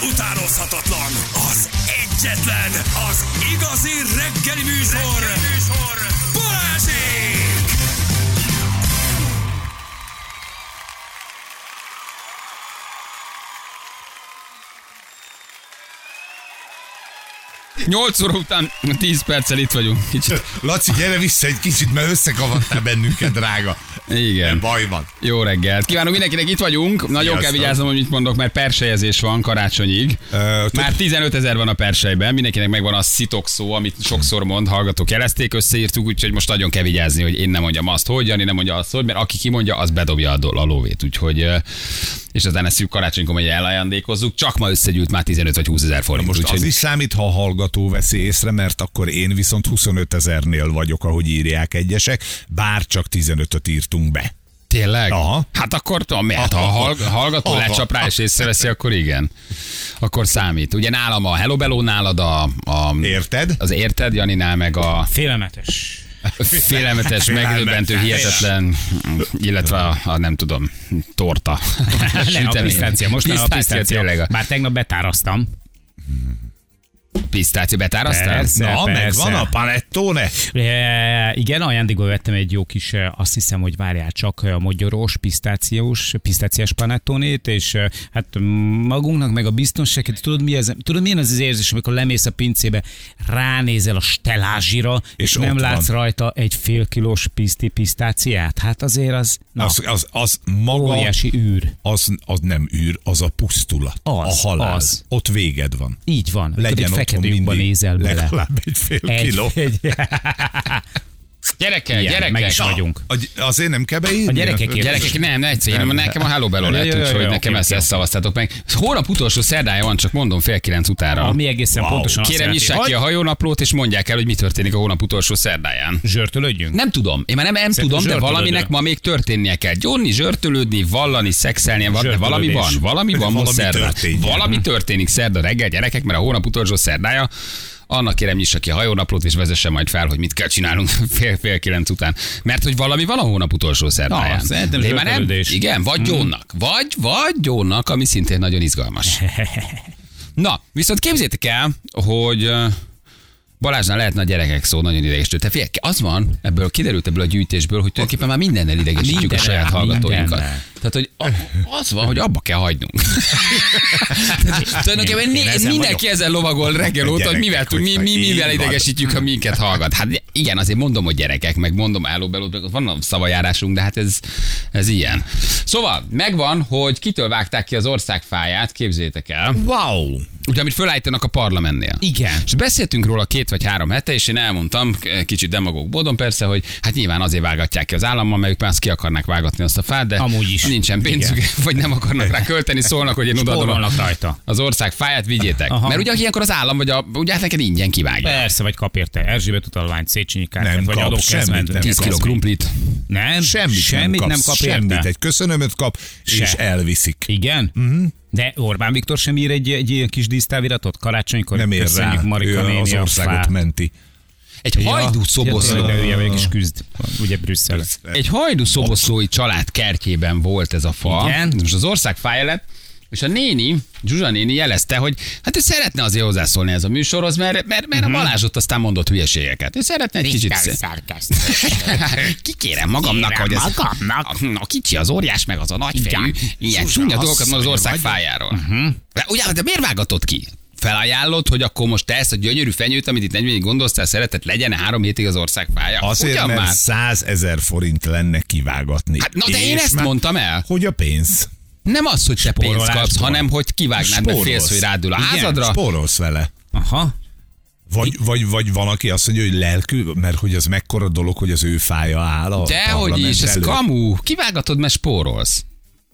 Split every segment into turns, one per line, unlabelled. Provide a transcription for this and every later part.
utánozhatatlan, az egyetlen, az igazi reggeli műsor, reggeli műsor. Balázsék!
Nyolc óra után 10 perccel itt vagyunk. Kicsit.
Laci, gyere vissza egy kicsit, mert összekavartál bennünket, drága.
Igen.
Baj van.
Jó reggelt. Kívánok mindenkinek, itt vagyunk. Nagyon kell
Sziasztok.
vigyáznom, hogy mit mondok, mert persejezés van karácsonyig.
Ö,
Már 15 ezer van a persejben, mindenkinek megvan a szitok szó, amit sokszor mond, hallgatók jelezték, összeírtuk, úgyhogy most nagyon kell vigyázni, hogy én nem mondjam azt, hogy Jani nem mondja azt, hogy, mert aki kimondja, az bedobja a, dol- a lóvét, úgyhogy ö, és aztán ezt karácsonykor majd elajándékozzuk, csak ma összegyűlt már 15 vagy 20 ezer forint.
Most
úgyhogy...
az is számít, ha a hallgató veszi észre, mert akkor én viszont 25 ezernél vagyok, ahogy írják egyesek, bár csak 15-öt írtunk be.
Tényleg?
Aha.
Hát akkor tudom, mert ha a hallg- a hallgató
Aha.
lecsap rá és észreveszi, akkor igen. Akkor számít. Ugye nálam a Hello Bello, nálad a, a
Érted?
az érted, Janinál meg a
Félelmetes.
félelmetes, megdöbbentő, hihetetlen, illetve a, a nem tudom, torta.
Ne, a
Sütemény.
pisztácia, most a
pisztácia.
pisztácia.
Tényleg a
Bár tegnap betáraztam.
pisztácia. Betárasztál?
Persze.
Na, megvan a panettone.
E, igen, ajándékból vettem egy jó kis, e, azt hiszem, hogy várjál csak e, magyaros, pisztációs, pisztáciás panettonét, és e, hát magunknak meg a biztonságot, tudod, mi ez, tudod milyen az az érzés, amikor lemész a pincébe, ránézel a stelázsira, és,
És
és
ott
nem látsz
van.
rajta egy fél kilós piszti pisztáciát. Hát azért az, na,
Az,
az
az, az maga,
óriási űr.
az, az nem űr, az a pusztulat,
Az,
a halál.
az.
Ott véged van.
Így van.
Legyen
Legyen egy
otthon
fekete lyukba
mindig
nézel bele.
legalább egy fél
Egy,
kiló.
egy,
Gyerekek,
Igen,
gyerekek.
meg is
Na,
vagyunk.
A- Azért nem kell beírni?
A gyerekekért.
Gyerekek, nem, ne egyszerűen, nem. nekem a Hello Bello
Jaj,
lett,
jaj,
úgyhogy
jaj,
nekem
oké,
ezt,
oké.
ezt szavaztátok meg. Hónap utolsó szerdája van, csak mondom, fél kilenc utára.
Ami egészen
Wow.
pontosan azt
Kérem,
jelenti,
nyissák ki a hajónaplót, és mondják el, hogy mi történik a hónap utolsó szerdáján.
Zsörtölődjünk?
Nem tudom. Én már nem, nem
Szerintem
tudom, de
zsörtölődő.
valaminek ma még történnie kell. Gyónni, zsörtölődni, vallani, szexelni, va- de valami van.
Zsörtölődés.
Valami van most
Valami
szerdán.
történjen.
Valami történik szerda reggel, gyerekek, mert a hónap utolsó szerdája. Annak kérem nyissa ki a hajónaplót, és vezesse majd fel, hogy mit kell csinálnunk fél, fél kilenc után. Mert hogy valami van a hónap utolsó szerdáján.
Na, szerintem
De én már nem,
zsörtölődés.
igen, vagy gyónnak. Vagy, vagy gyónnak, ami szintén nagyon izgalmas. Na, viszont képzétek el, hogy ö, Balázsnál lehetne a gyerekek szó, nagyon idegesítő. Te figyelj, az van, ebből kiderült ebből a gyűjtésből, hogy tulajdonképpen már mindennel idegesítjük a
Mindennel,
saját hallgatóinkat.
mindennel.
Tehát, hogy a- az van, hogy abba kell hagynunk. Tehát, tulajdonképpen
Én
né-
ezen
mindenki ezen lovagol reggel
A
óta, hogy
gyerekek,
mivel, tud, mi,
hogy
mi,
így
mivel
van.
idegesítjük, ha minket hallgat. Hát igen, azért mondom, hogy gyerekek, meg mondom állóbelót, meg ott van szavajárásunk, de hát ez, ez ilyen. Szóval, megvan, hogy kitől vágták ki az országfáját, képzétek el.
Wow!
Ugye, amit fölállítanak a parlamentnél.
Igen.
És beszéltünk róla két vagy három hete, és én elmondtam, k- kicsit demagóg módon persze, hogy hát nyilván azért vágatják ki az állammal, mert ők már azt ki akarnák vágatni azt a fát, de
Amúgy is.
nincsen pénzük, Igen. vagy nem akarnak rá költeni, szólnak, hogy én odaadom a,
Spórolnak rajta.
az ország fáját, vigyétek. Aha.
Aha.
Mert ugye ilyenkor az állam, vagy a, ugye hát neked ingyen kivágja.
Persze, vagy kap érte Erzsébet utalványt, Széchenyi kártyát,
Nem
vagy
kap, semmit
adókezment.
nem
10 kiló krumplit.
Nem,
Semmit,
semmit
nem,
nem
kapsz,
kap
Semmit,
érte.
egy Mhm. köszönömöt kap,
Se.
és elviszik.
Igen? Uh-huh. De Orbán Viktor sem ír egy, egy ilyen kis dísztáviratot karácsonykor.
Nem ér
Köszönjük
rá,
Marika
ő
néni
az
a
országot
fá.
menti.
Egy
Ja,
hajdú
ja,
szoboszló.
tényleg, de Ugye meg is küzd, ugye Brüsszel.
Egy hajdu szoboszlói család kertjében volt ez a fa.
Igen.
Ez Most az ország fája lett, és a néni, Zsuzsa néni jelezte, hogy hát ő szeretne azért hozzászólni ez a műsorhoz, mert, mert, mert
Mhm.
a Balázs ott aztán mondott hülyeségeket. Ő szeretne egy kicsit... Kikérem magamnak,
Kérem
hogy ez
magamnak.
A, a kicsi az óriás, meg az a nagyfejű,
Igen.
ilyen csúnya dolgokat mond az ország fájáról. De Ugye, de miért vágatott ki? Felajánlott, hogy akkor most te ezt a gyönyörű fenyőt, amit itt 40 gondoltál, szeretett, legyen három hétig az ország fája.
Azért,
Ugyan
mert
már?
100 ezer forint lenne kivágatni.
Hát, na de én
És
ezt
már-
mondtam el.
Hogy a pénz.
Nem az, hogy te pénzt
Spórolásból.
kapsz, hanem hogy kivágnád, mert
Spórolsz.
félsz, hogy rádul a
Igen,
házadra.
Spórolsz vele.
Aha.
Vagy, vagy, vagy van, aki azt mondja, hogy lelkű, mert hogy az mekkora dolog, hogy az ő fája áll a
Dehogy
parlament
is, ez
előtt.
kamu. Kivágatod, mert spórolsz.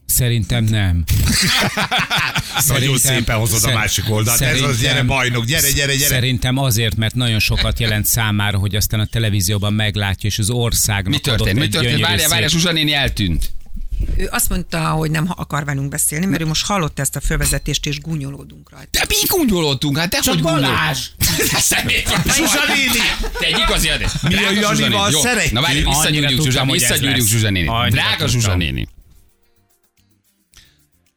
Szerintem nem.
Nagyon
Szerintem-
szépen hozod a
szer-
másik oldalt. Ez az,
szerintem-
gyere bajnok, gyere, gyere, gyere.
Szerintem azért, mert nagyon sokat jelent számára, hogy aztán a televízióban meglátja, és az országnak
Mi történt?
adott
Mi
egy
történt?
gyönyörű
Várjál,
szép-
várjál, Zsuzsa néni eltűnt.
Ő azt mondta, hogy nem akar velünk beszélni, mert ő most hallotta ezt a fölvezetést, és gúnyolódunk rajta.
De mi gúnyolódtunk, hát dehogy
Csak
gúnyolódtunk.
Balázs.
De szemét van. Zsuzsa néni. Te egy igazi adés.
Mi a Janival szeretjük?
Na várj,
Annyira
visszagyűrjük
tudtam,
Zsuzsa,
hogy ez
visszagyűrjük
lesz.
Zsuzsa néni.
Annyira
Drága Zsuzsa
tudtam.
néni.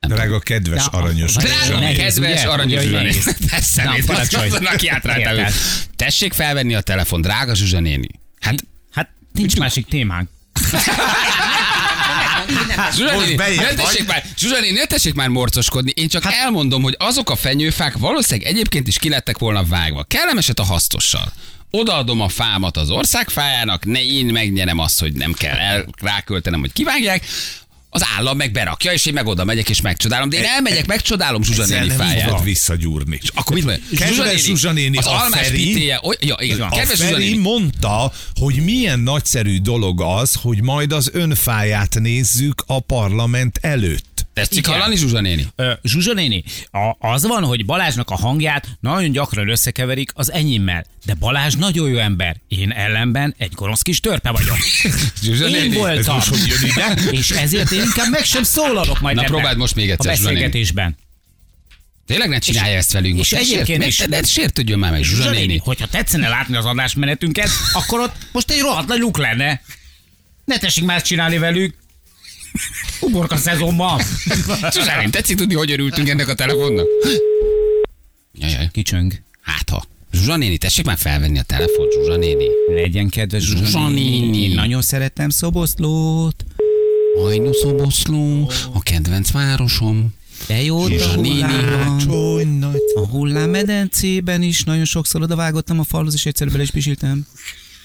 Drága kedves,
Ja,
aranyos.
vagy-
Zsani.
Drága,
Nehéz,
kedves,
ugye?
aranyos
Ugye,
Zsuzsa néni.
nehéz.
Persze,
Na,
nézd,
parancsolj.
azt mondanak ki át rá, te
Érted.
ő. Tessék felvenni a telefon, drága Zsuzsa néni. Hát,
Hát nincs másik témánk.
Zsuzsa
Most
néni,
bejebb
ne
vagy. Hát-
tessék már, Zsuzsa néni, ne tessék már morcoskodni, én csak elmondom, hogy azok a fenyőfák valószínűleg egyébként is kilettek volna vágva. Kellemeset a hasztossal. Odaadom a fámat az országfájának, ne én megnyerem azt, hogy nem kell el, ráköltenem, hogy kivágják, az állam meg berakja, és én meg oda megyek és megcsodálom. De én elmegyek, megcsodálom Zsuzsa
E- Ezzel
néni
nem
fáját.
fogod visszagyúrni. És
Akkor mit mondja?
Kedves Zsuzsa néni,
az
a
almás
Feri-
pitéje. oly- Ja, igen,
A
kedves Zsuzsa
Feri
néni.
mondta, hogy milyen nagyszerű dolog az, hogy majd az önfáját nézzük a parlament előtt.
Tetszik
Igen.
hallani Zsuzsa néni?
Ö, Zsuzsa néni, a, az van, hogy Balázsnak a hangját nagyon gyakran összekeverik az enyémmel, de Balázs nagyon jó ember, én ellenben egy gonosz kis törpe vagyok.
Zsuzsa
én
néni, ez
voltam,
most hogy jön ide?
és ezért én inkább meg sem szólalok majd
Na,
ebben
próbáld most még egyszer,
a
Zsuzsa néni.
beszélgetésben.
Tényleg ne csinálja ezt velünk most.
és egyébként
Ne-
is-
ne- ne sértődjön már meg, Zsuzsa néni.
hogyha tetszene látni az adásmenetünket, akkor ott most egy rohadt nagy luk lenne. Ne tessék már ezt csinálni velük. Uborka szezonban.
Zsuzsa néni, tetszik tudni, hogy örültünk ennek a telefonnak? Jajjaj,
Kicsöng.
hát ha. Zsuzsa néni, tessék már felvenni a telefont, Zsuzsa néni.
Legyen kedves Zsuzsa
néni.
néni. Nagyon szeretem Szoboszlót.
Hajnú szoboszló, a kedvenc városom.
De jó,
Zsuzsa
a hullám.
Csony nagy
A hullámmedencében is nagyon sokszor odavágottam a falhoz, és egyszer bele is pisiltem.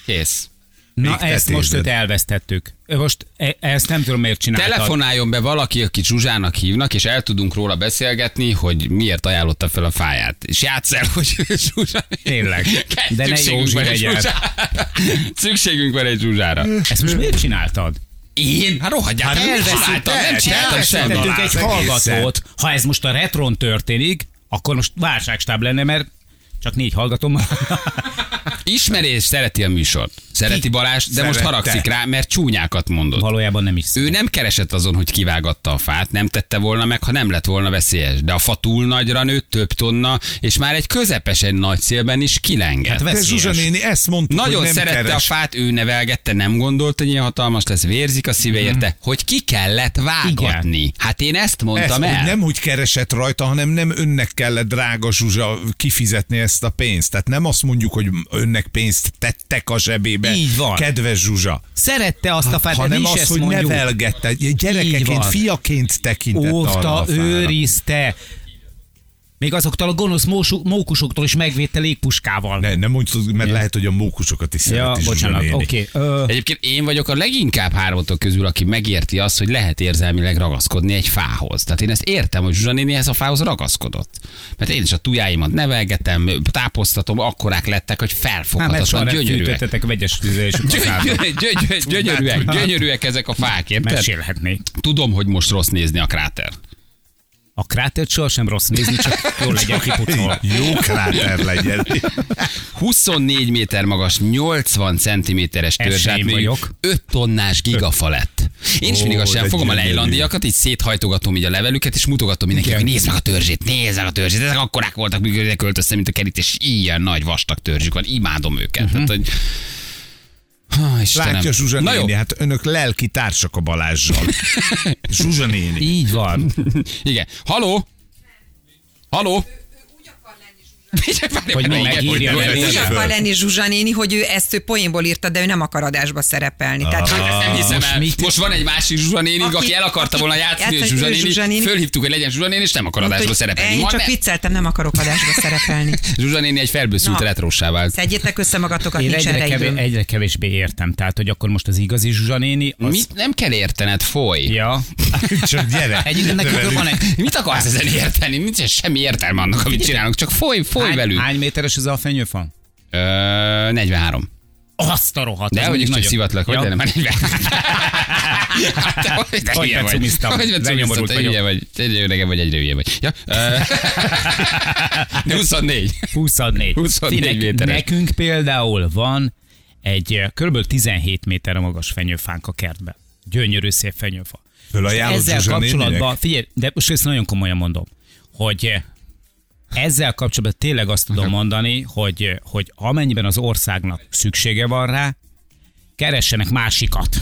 Kész.
Na
Még te
ezt most
téved.
őt elvesztettük. Ö, Most e- ezt nem tudom, miért csináltad.
Telefonáljon be valaki, akit Zsuzsának hívnak, és el tudunk róla beszélgetni, hogy miért ajánlotta fel a fáját. És játsz el, hogy Zsuzsa...
Tényleg. De ne
Szükségünk van egy
Józsi legyen.
Zsuzsára. Szükségünk van egy Zsuzsára.
Ezt most miért csináltad?
Én? Hát rohadjál, hát nem csináltam, nem csináltam semmit.
Elvesztettünk egy
Az egészet.
hallgatót. Ha ez most a retron történik, akkor most válságstáb lenne, mert csak négy hallgatom.
Ismeri és szereti a műsort. Szereti
Ki?
Balázs, de most
Szerette.
haragszik rá, mert csúnyákat mondott.
Valójában nem is.
Ő nem keresett azon, hogy kivágatta a fát, nem tette volna meg, ha nem lett volna veszélyes. De a fa túl nagyra nőtt, több tonna, és már egy közepesen nagy szélben is kilengett.
De
Hát veszélyes.
Zsuzsa néni ezt mondta,
Nagyon
Hát hogy nem
szerette
keres.
a fát, ő nevelgette, nem gondolta, hogy ilyen hatalmas lesz, vérzik a szíve érte, hogy ki kellett vágatni. Hát én ezt
ezt,
mondtam
hogy
el.
nem úgy keresett rajta, hanem nem önnek kellett, drága Zsuzsa, kifizetni ezt a pénzt. Tehát nem azt mondjuk, hogy önnek pénzt tettek a zsebébe.
Így van.
Kedves Zsuzsa.
Szerette azt a fát, de mi
hanem
is
Hát az,
ezt
hogy
mondjuk.
nevelgette,
Így
gyerekeként,
van.
fiaként tekintett arra a
óvta,
fára.
őrizte. Még azoktól a gonosz mósu- mókusoktól is megvédte légpuskával.
Ne, nem mondjuk, mert lehet, hogy a mókusokat is
ja,
szereti Zsuzsa
bocsánat,
néni.
oké. Ö, hát
Egyébként én vagyok a leginkább hármatok közül, aki megérti azt, hogy lehet érzelmileg ragaszkodni egy fához. Tehát én ezt értem, hogy Zsuzsa néni ehhez a fához ragaszkodott. Mert én is a tujáimat nevelgetem, tápoztatom, akkorák lettek, hogy
Hát mert soha
felfoghatatlan,
nem
gyönyörűek.
fűtöttetek vegyes tüzelés
Gyönyörűek, gyönyörűek, gyönyörűek, gyönyörűek ezek a fák, érted?
Mesélhetnék.
Tudom, hogy most rossz nézni a kráter.
A krátert sohasem rossz nézni, csak jól legyen kipucolva.
Jó kráter legyen.
24 méter magas, 80 centiméteres
Ez
törzs,
sem
tehát
én
még
vagyok.
5 tonnás gigafa lett. Én is
Ó,
mindig azt sem
de
fogom a
gyönyörű.
lejlandiakat, így széthajtogatom így a levelüket, és mutogatom mindenkinek, hogy nézd meg a törzsét, nézd meg a törzsét. Ezek akkorák voltak, mikor ide költöztem, mint a kerítés. Ilyen nagy vastag törzsük van, imádom őket. Tehát, hogy... Ha, Istenem.
Látja Zsuzsa
Na jó,
néni, hát önök lelki társak a Balázsjal. Zsuzsa néni.
Így van.
igen. Haló? Haló?
Hogy
Várj, várj,
mi megírja,
várj,
nem
várj,
Úgy
várj.
akar lenni Zsuzsa néni, hogy ő ezt ő poénból írta, de ő nem akar adásba szerepelni. Tehát,
Hát ezt nem hiszem most,
Ah, most
el.
mit-
most van egy másik Zsuzsa néni, aki,
Aki-
el akarta
aki
volna játszani,
játszik,
és Zsuzsa
ő
néni,
Zsuzsa néni.
fölhívtuk, hogy legyen Zsuzsa néni, és nem akar adásba szerepelni. hát-
Én
Majd ne-
csak vicceltem, nem akarok adásba szerepelni.
Zsuzsa néni egy felbőszült
Na.
retrósá vált.
Szedjétek össze magatokat,
Én
nincsen
egyre,
erre
kevés,
időm.
egyre kevésbé értem. Tehát, hogy akkor most az igazi Zsuzsa néni, az...
Mit nem kell értened, foly.
Ja.
Csak gyere.
Egyébként nekünk
Velük.
van egy...
Mit akarsz ezen érteni? Nincs semmi értelme annak, amit csinálunk, csak foly, foly
Hány,
velük.
hány méteres ez a fenyőfa?
Ö, 43.
Azt a rohadt.
De
az
hogy
még
is csak
nagyobb.
szivatlak, hogy
Ja.
de nem, már 43. Hát te Hogy de
Hogy
hülye vagy.
becumiztam.
Hogy becumiztam,
Lenyomorult
te
vagyok.
hülye vagy. Te Egyre öregebb vagy, egyre hülye vagy. Ja, ö, 24.
24.
24
Ti, nek-
méteres.
Nekünk például van egy eh, kb. 17 méterre magas fenyőfánk a kertben. Gyönyörű szép fenyőfa.
Fölajánlod
ezzel
Zsuzsa
kapcsolatban,
néninek?
figyelj, de most ezt nagyon komolyan mondom, hogy eh, ezzel kapcsolatban tényleg azt tudom mondani, hogy, eh, hogy amennyiben az országnak szüksége van rá, keressenek másikat.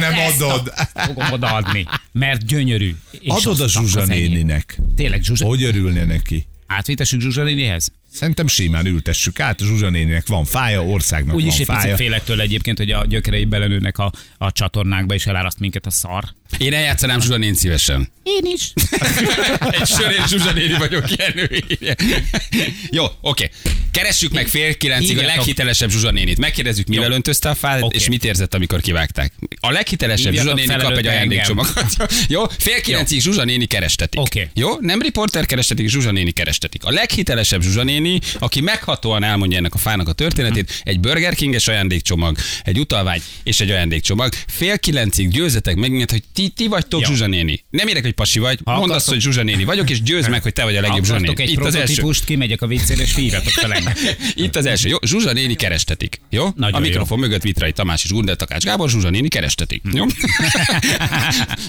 Nem
ezt a-
adod.
Fogom odaadni, mert gyönyörű. És
Adod a
azt
Zsuzsa
az enyém.
néninek.
Tényleg, Zsuzsa,
Hogy örülne neki?
átvitessünk Zsuzsa nénihez?
Szerintem simán ültessük át, a Zsuzsa néninek van fája, országnak
Úgyis
van
egy picit
fája.
félek tőle egyébként, hogy a gyökerei belelőnek a, a csatornákba, és eláraszt minket a szar.
Én eljátszanám Zsuzsa nén szívesen.
Én is.
Egy sör és Zsuzsa néni vagyok Jenő. Jó, oké. Keressük meg fél kilencig a
Hívjátok.
leghitelesebb Zsuzsa nénit. Megkérdezzük, mivel öntözte a fát,
Oké.
és mit érzett, amikor kivágták. A leghitelesebb Zsuzsa
Hívjátok
néni
fel
kap egy
előtte
ajándékcsomagot. Jó, fél kilencig Zsuzsa néni kerestetik.
Oké.
Jó, nem riporter kerestetik, Zsuzsa néni kerestetik. A leghitelesebb Zsuzsa néni, aki meghatóan elmondja ennek a fának a történetét,
Mhm.
egy Burger King-es ajándékcsomag, egy utalvány és egy ajándékcsomag. Fél kilencig győzetek meg minket, hogy ti, ti vagytok
Jó.
Zsuzsa néni. Nem érek, hogy pasi vagy,
Ha
Mondd azt,
akartok-
hogy Zsuzsa néni vagyok, és győzd meg, hogy te vagy a legjobb Zsuzsa
Akartok
néni.
egy
Itt az első.
prototipust, kimegyek a vécére, és hívjatok fel engem.
Itt az első. Jó, Zsuzsa néni kerestetik. Jó?
Nagyon
a
jó.
mikrofon mögött Vitrai Tamás és Gundel Takács Gábor, Zsuzsa néni kerestetik. Jó?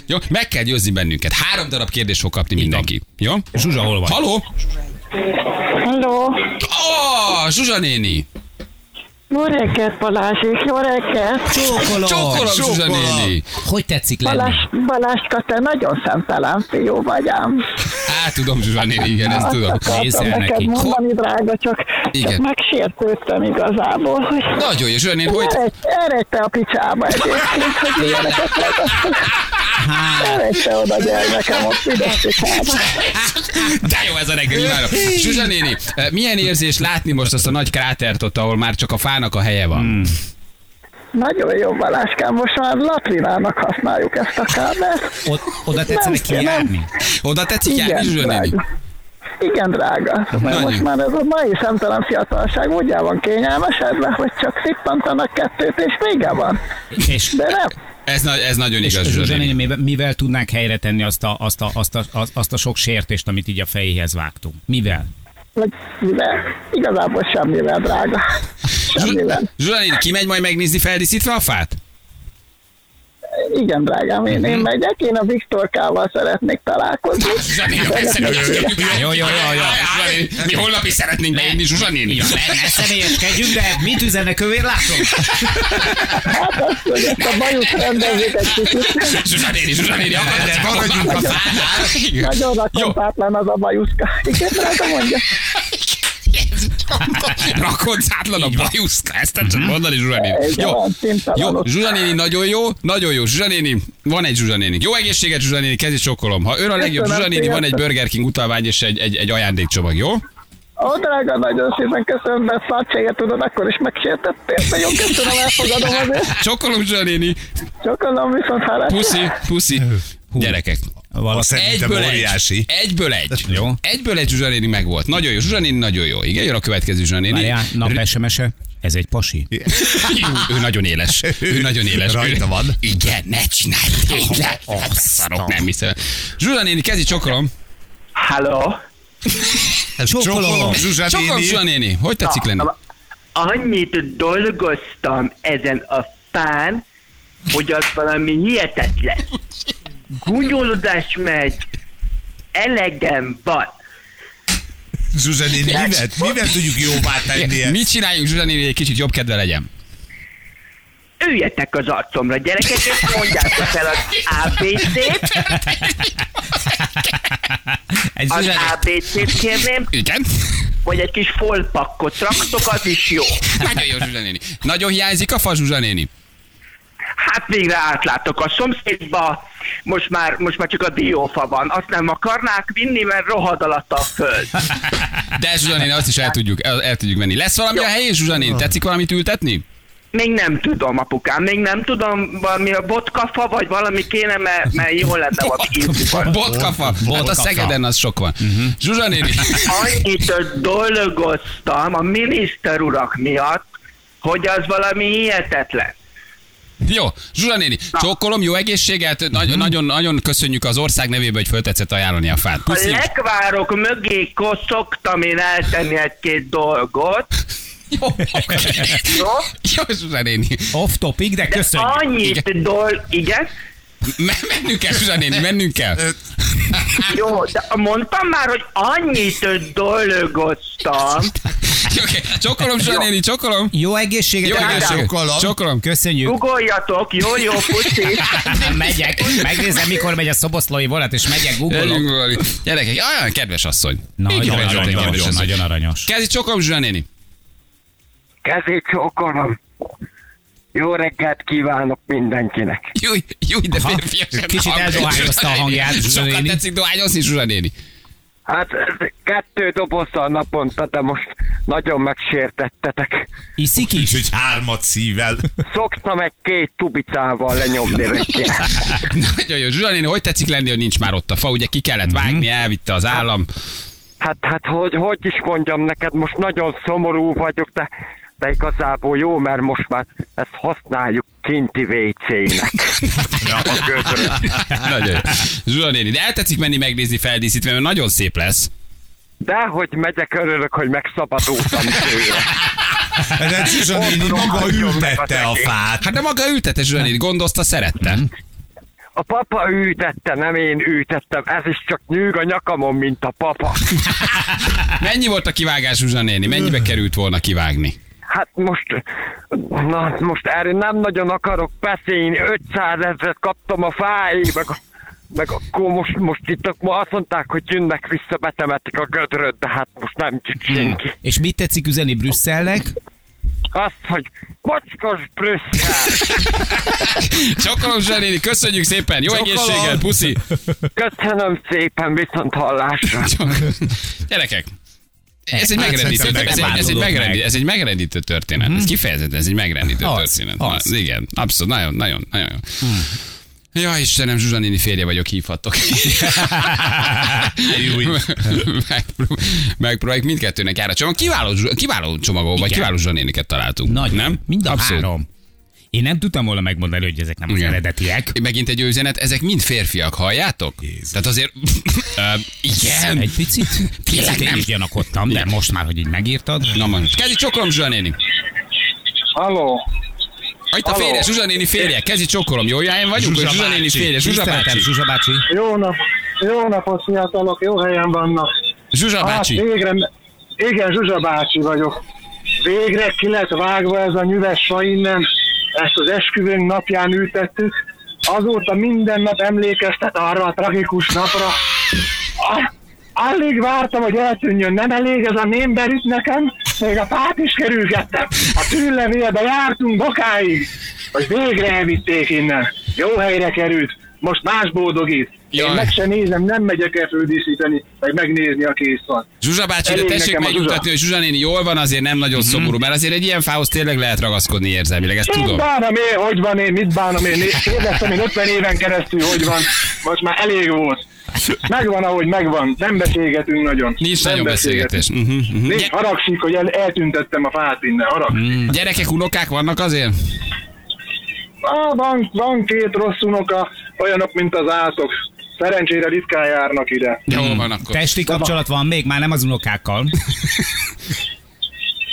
jó? Meg kell győzni bennünket. Három darab kérdés fog kapni mindenki. Jó?
Zsuzsa, hol vagy?
Haló?
Halló!
Ó, Ah, Zsuzsa néni!
Jó reggelt, Balázsik, jó reggelt!
Csókolom.
Csókolom, Zsuzsa néni!
Hogy tetszik lenni?
Balázs, Balázska, te nagyon szemtelen fiú vagy ám.
Á, tudom, Zsuzsa néni, igen, ezt tudom.
Nézzel
akartam neked
neki.
mondani, drága, csak,
Igen.
csak megsértődtem igazából, hogy
Nagyon jó, Zsuzsa néni, hogy...
Eredj, eredj te a picsába egyébként, hogy ilyeneket
Hát.
Eredj te oda gyermekem, ott ide a picsába.
De jó ez a reggel, imádom. Zsuzsa néni, eh, milyen érzés látni most azt a nagy krátert ott, ahol már csak a fának a helye van?
Hmm.
Mm.
Nagyon jó, Balázskám, most már latrinának használjuk ezt a kábelt.
Od- oda tetszene
Nem, nem.
kijárni?
Oda tetszik járni, Zsuzsa néni?
Igen, drága. Mert
Nagyon.
most már ez a mai szemtelen fiatalság úgy el van kényelmesedve, hogy csak szippantanak kettőt, és vége van.
És
De nem.
Ez, na- ez nagyon
és
igaz, Zsuzsa
Zsuzsa
néni.
néni, mivel, mivel tudnánk helyre tenni azt a, azt, a, azt, a, az- azt a sok sértést, amit így a fejéhez vágtunk? Mivel?
Vagy mivel? Igazából semmivel, drága. Semmivel.
Zsuzsa néni, kimegy majd megnézni feldíszítve a fát?
Igen, drágám, én,
Mhm.
én megyek, én a Viktorkával szeretnék találkozni.
Zsuzsa néni, a beszélő.
Jó, jó, jó, jó.
Zsuzsa néni, Mi holnap is szeretnénk beírni Zsuzsa néni.
Ne személyeskedjünk, de mit üzenne kövér látom?
Hát azt, hogy ezt a bajut rendezzük egy kicsit.
Zsuzsa néni, Zsuzsa néni,
De maradjunk a
fánál.
Nagyon
Jó,
rakontátlan az a bajuszka. Igen, drága mondja.
rakoncátlan a bajuszka, ezt nem csak mondani, Zsuzsa néni.
Igen,
Jó,
van, színtalanul.
jó, Zsuzsa néni nagyon jó, nagyon jó, Zsuzsa néni, van egy Zsuzsa néni. Jó egészséget, Zsuzsa néni, kezi csokolom. Ha ön a legjobb
Köszönöm
Zsuzsa néni, van egy
szépen.
Burger King utalvány és egy, egy, egy ajándékcsomag, jó?
Ó, drága, nagyon szépen köszönöm, de szartséget tudod, akkor is megsértettél. Nagyon köszönöm, elfogadom azért.
Csokolom, Zsuzsa néni.
Csokolom viszont hálás.
Puszi, puszi. Gyerekek,
Azt szerintem
egyből
óriási.
egy. Egyből egy.
Jó.
Egyből egy Zsuzsa néni megvolt. Nagyon jó. Zsuzsa néni nagyon jó. Igen, jön a következő Zsuzsa néni.
Várjál, nap SMS-e. Ez egy pasi.
Ő- ő nagyon éles. Ő nagyon éles.
Rajta
Ő-
van.
Igen, ne csinálj tényleg. Nem szarok, nem hiszem. Zsuzsa néni, kezi csokolom.
Hello.
Csókolom, Zsuzsa
Csokolom Zsuzsa
néni.
néni. Hogy tetszik lenni?
Annyit dolgoztam ezen a fán, hogy az valami hihetetlen. Gúnyolódás megy, elegem van.
Zsuzsa néni, mivel, mivel tudjuk jóvá tenni ezt?
Mit csináljunk Zsuzsa néni, hogy egy kicsit jobb kedve legyen?
Üljetek az arcomra, gyerekek, és mondjátok el az ABC-t.
Egy
Az
Zsuzsa
ABC-t kérném,
Igen.
vagy egy kis folpakkot raktok, az is jó.
Nagyon jó Zsuzsa néni. Nagyon hiányzik a fa Zsuzsa néni.
Hát végre átlátok a szomszédba, most már, most már csak a diófa van. Azt nem akarnák vinni, mert rohad alatt a föld.
De Zsuzsa néni, azt is el tudjuk, el, el tudjuk menni. Lesz valami a helyén Zsuzsa néni? Tetszik valamit ültetni?
Még nem tudom, apukám, még nem tudom, valami a botkafa, vagy valami kéne, mert, mert jó lenne valami ízban.
Botkafa. Hát a
Botkafa.
Szegeden az sok van. Zsuzsa néni.
Annyit dolgoztam a miniszter urak miatt, hogy az valami hihetetlen.
Jó, Zsuzsa néni, csókolom, jó egészséget, Nagy- nagyon, nagyon köszönjük az ország nevében, hogy föltetszett ajánlani a fát.
A
Puszi.
lekvárok mögé ko- szoktam én eltenni egy-két dolgot,
Jó,
jó?
jó Zsuzsa néni.
Off topic, de köszönjük.
Annyit dol... Igen?
Me- Mennünk kell, Zsuzsa néni, mennünk kell.
Jó, de mondtam már, hogy annyit dolgoztam,
Oké, Csokolom, Zsanéni, csokolom.
Jó egészséget!
Jó egészség.
csokolom.
Csokolom.
Köszönjük!
Googoljatok, jó, jó, puszi.
megyek, megnézem, mikor megy a szoboszlói vonat, és megyek,
Gyerünk,
googolok.
Vali. Gyerekek, olyan kedves asszony. Így
Nagyon
van,
aranyos,
nagyon kedves
nagyon,
asszony.
nagyon aranyos.
Kezdj csokolom, Zsanéni.
Kezét csókolom. Jó reggelt kívánok mindenkinek.
Júj, júj, de
Aha.
férfiasan.
Kicsit eldohányozta a hangját, Zsuzsa
Sokat
néni.
tetszik dohányozni, Zsuzsa néni.
Hát ez kettő dobozzal naponta, de most nagyon megsértettetek.
Iszik
És
is?
hogy hármat szívvel.
Szoktam egy két tubicával lenyomni reggel.
Nagyon jó. Zsuzsa néni, hogy tetszik lenni, hogy nincs már ott a fa? Ugye ki
Mhm.
kellett vágni, elvitte az állam.
Hát, hát hogy, hogy is mondjam neked, most nagyon szomorú vagyok, de, de igazából jó, mert most már ezt használjuk kinti WC-nek. a gödröt.
Nagyon jó. Zsuzsa néni, de eltetszik menni megnézni feldíszítve, mert nagyon szép lesz.
Dehogy megyek, örülök, hogy megszabadultam tőle.
Ez Hát Zsuzsa
Ott
néni maga
rohadjon meg
ültette
az
a
egész.
fát.
Hát de maga ültette, Zsuzsa néni, gondozta, szerette.
A papa ültette, nem én ültettem, ez is csak nyűg a nyakamon, mint a papa.
Mennyi volt a kivágás, Zsuzsa néni? Mennyibe került volna kivágni?
Hát most, na, hát most erről nem nagyon akarok beszélni, 500 ezeret kaptam a fáig, meg, a- meg akkor most, most itt ak- ma azt mondták, hogy jönnek vissza, betemetik a gödröt, de hát most nem tud senki.
És mit tetszik üzeni Brüsszelnek?
Azt, hogy mocskos Brüsszel,
Csokolom, Zsuzsa néni, köszönjük szépen. Jó
Csokolom.
egészséget, puszi.
köszönöm szépen, viszont hallásra.
Gyerekek, ez egy
Hát
megrendítő,
szerintem
ez egy, ez, egy
megváltozódott
megrendítő,
meg.
ez egy megrendítő történet. Ez kifejezetten ez egy megrendítő
Az,
történet.
az.
Na, igen, abszolút, nagyon, nagyon, nagyon jó. Ja, Istenem, Zsuzsa néni férje vagyok, hívhattok. Megpró- Megpróbáljuk mindkettőnek ára csomag. Kiváló, Zsuzsa- kiváló csomagol, vagy
Igen.
kiváló Zsuzsa néniket találtunk.
Nagy,
nem?
Mind a
Abszolút.
három. Én nem tudtam volna megmondani, hogy ezek nem az
Igen.
eredetiek.
Megint egy jó üzenet, ezek mind férfiak, halljátok?
Jézus.
Tehát azért... Ö, igen.
Egy picit, picit én
nem.
is gyanakodtam, de most már, hogy így megírtad.
Na most. Kezdj csokolom, Zsuzsa néni.
Halló.
Ha Itt a
Halló.
férje, Zsuzsa néni férje, kezi csokolom, jó jáján vagyunk? Zsuzsa, Zsuzsa néni férje, Zsuzsa bácsi.
Zsuzsa bácsi.
Jó, nap, jó napot, fiatalok, jó helyen vannak.
Zsuzsa bácsi.
Hát végre, igen, Zsuzsa bácsi vagyok. Végre ki lett vágva ez a nyüves fa innen, ezt az esküvőnk napján ültettük. Azóta minden nap emlékeztet arra a tragikus napra. A, alig vártam, hogy eltűnjön, nem elég ez a némber itt nekem, még a fát is kerülgettem. A tűnlevélbe jártunk bokáig, hogy végre elvitték innen. Jó helyre került, most más boldogít.
Jaj.
Én meg se nézem, nem megyek el földíszíteni, vagy megnézni a kész van.
Zsuzsa bácsi, de
Elég
tessék
nekem a
megnyugtatni,
Zsuzsa.
hogy Zsuzsa néni jól van, azért nem
Mhm.
nagyon szomorú, mert azért egy ilyen fához tényleg lehet ragaszkodni érzelmileg, ezt
Mit
tudom.
bánom én, hogy van én, mit bánom én? Kérdeztem én 50 éven keresztül, hogy van. Most már elég volt. Megvan, ahogy megvan. Nem beszélgetünk nagyon.
Nincs
nem
nagyon beszélgetés. Mhm, mhm.
Nincs, haragszik, hogy el, eltüntettem a fát innen, haragszik.
Hmm. Gyerekek, unokák vannak azért?
Á, van, van két rossz unoka, olyanok, mint az átok. Szerencsére ritkán járnak ide.
Jó van akkor.
Testi kapcsolat van még, már nem az unokákkal.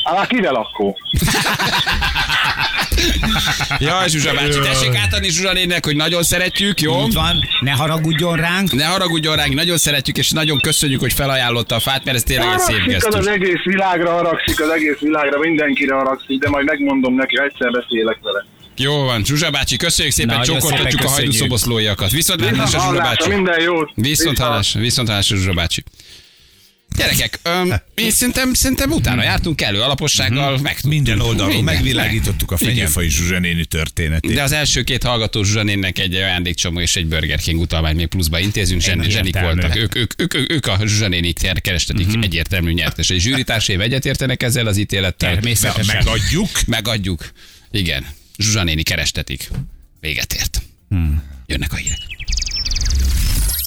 Á, hát kivel akkor?
Jaj, Zsuzsa bácsi, tessék átadni Zsuzsa néninek, hogy nagyon szeretjük, jó?
Így van, ne haragudjon ránk.
Ne haragudjon ránk, nagyon szeretjük, és nagyon köszönjük, hogy felajánlotta a fát, mert ez tényleg egy szép
Haragszik az,
gesztus.
az egész világra, haragszik az egész világra, mindenkire haragszik, de majd megmondom neki, ha egyszer beszélek vele.
Jó van, Zsuzsa bácsi, köszönjük szépen,
Nagyon
csokortatjuk
szépen
a hajdú
köszönjük.
szoboszlóiakat. Viszont látásra, Zsuzsa
Hallásra,
bácsi.
minden jót.
Viszont hallás, viszont hallás, Zsuzsa bácsi. Gyerekek, öm, én szerintem, szerintem utána jártunk elő
Mhm.
alapossággal, meg
Minden oldalról
Minden,
megvilágítottuk a fenyőfai Zsuzsa néni történetét.
de az első két hallgató Zsuzsanénnek egy ajándékcsomó és egy Burger King utalmány még pluszba intézünk, zseni, zsenik
egyértelmű.
voltak. Ők, ők, ők, ők, ők a Zsuzsanéni kerestetik uh-huh. egyértelmű nyertes. Egy zsűritársaim egyetértenek ezzel az ítélettel.
Természetesen.
Meg-
Megadjuk.
Megadjuk. Igen, Zsuzsanéni kerestetik. Véget ért. Jönnek a hírek.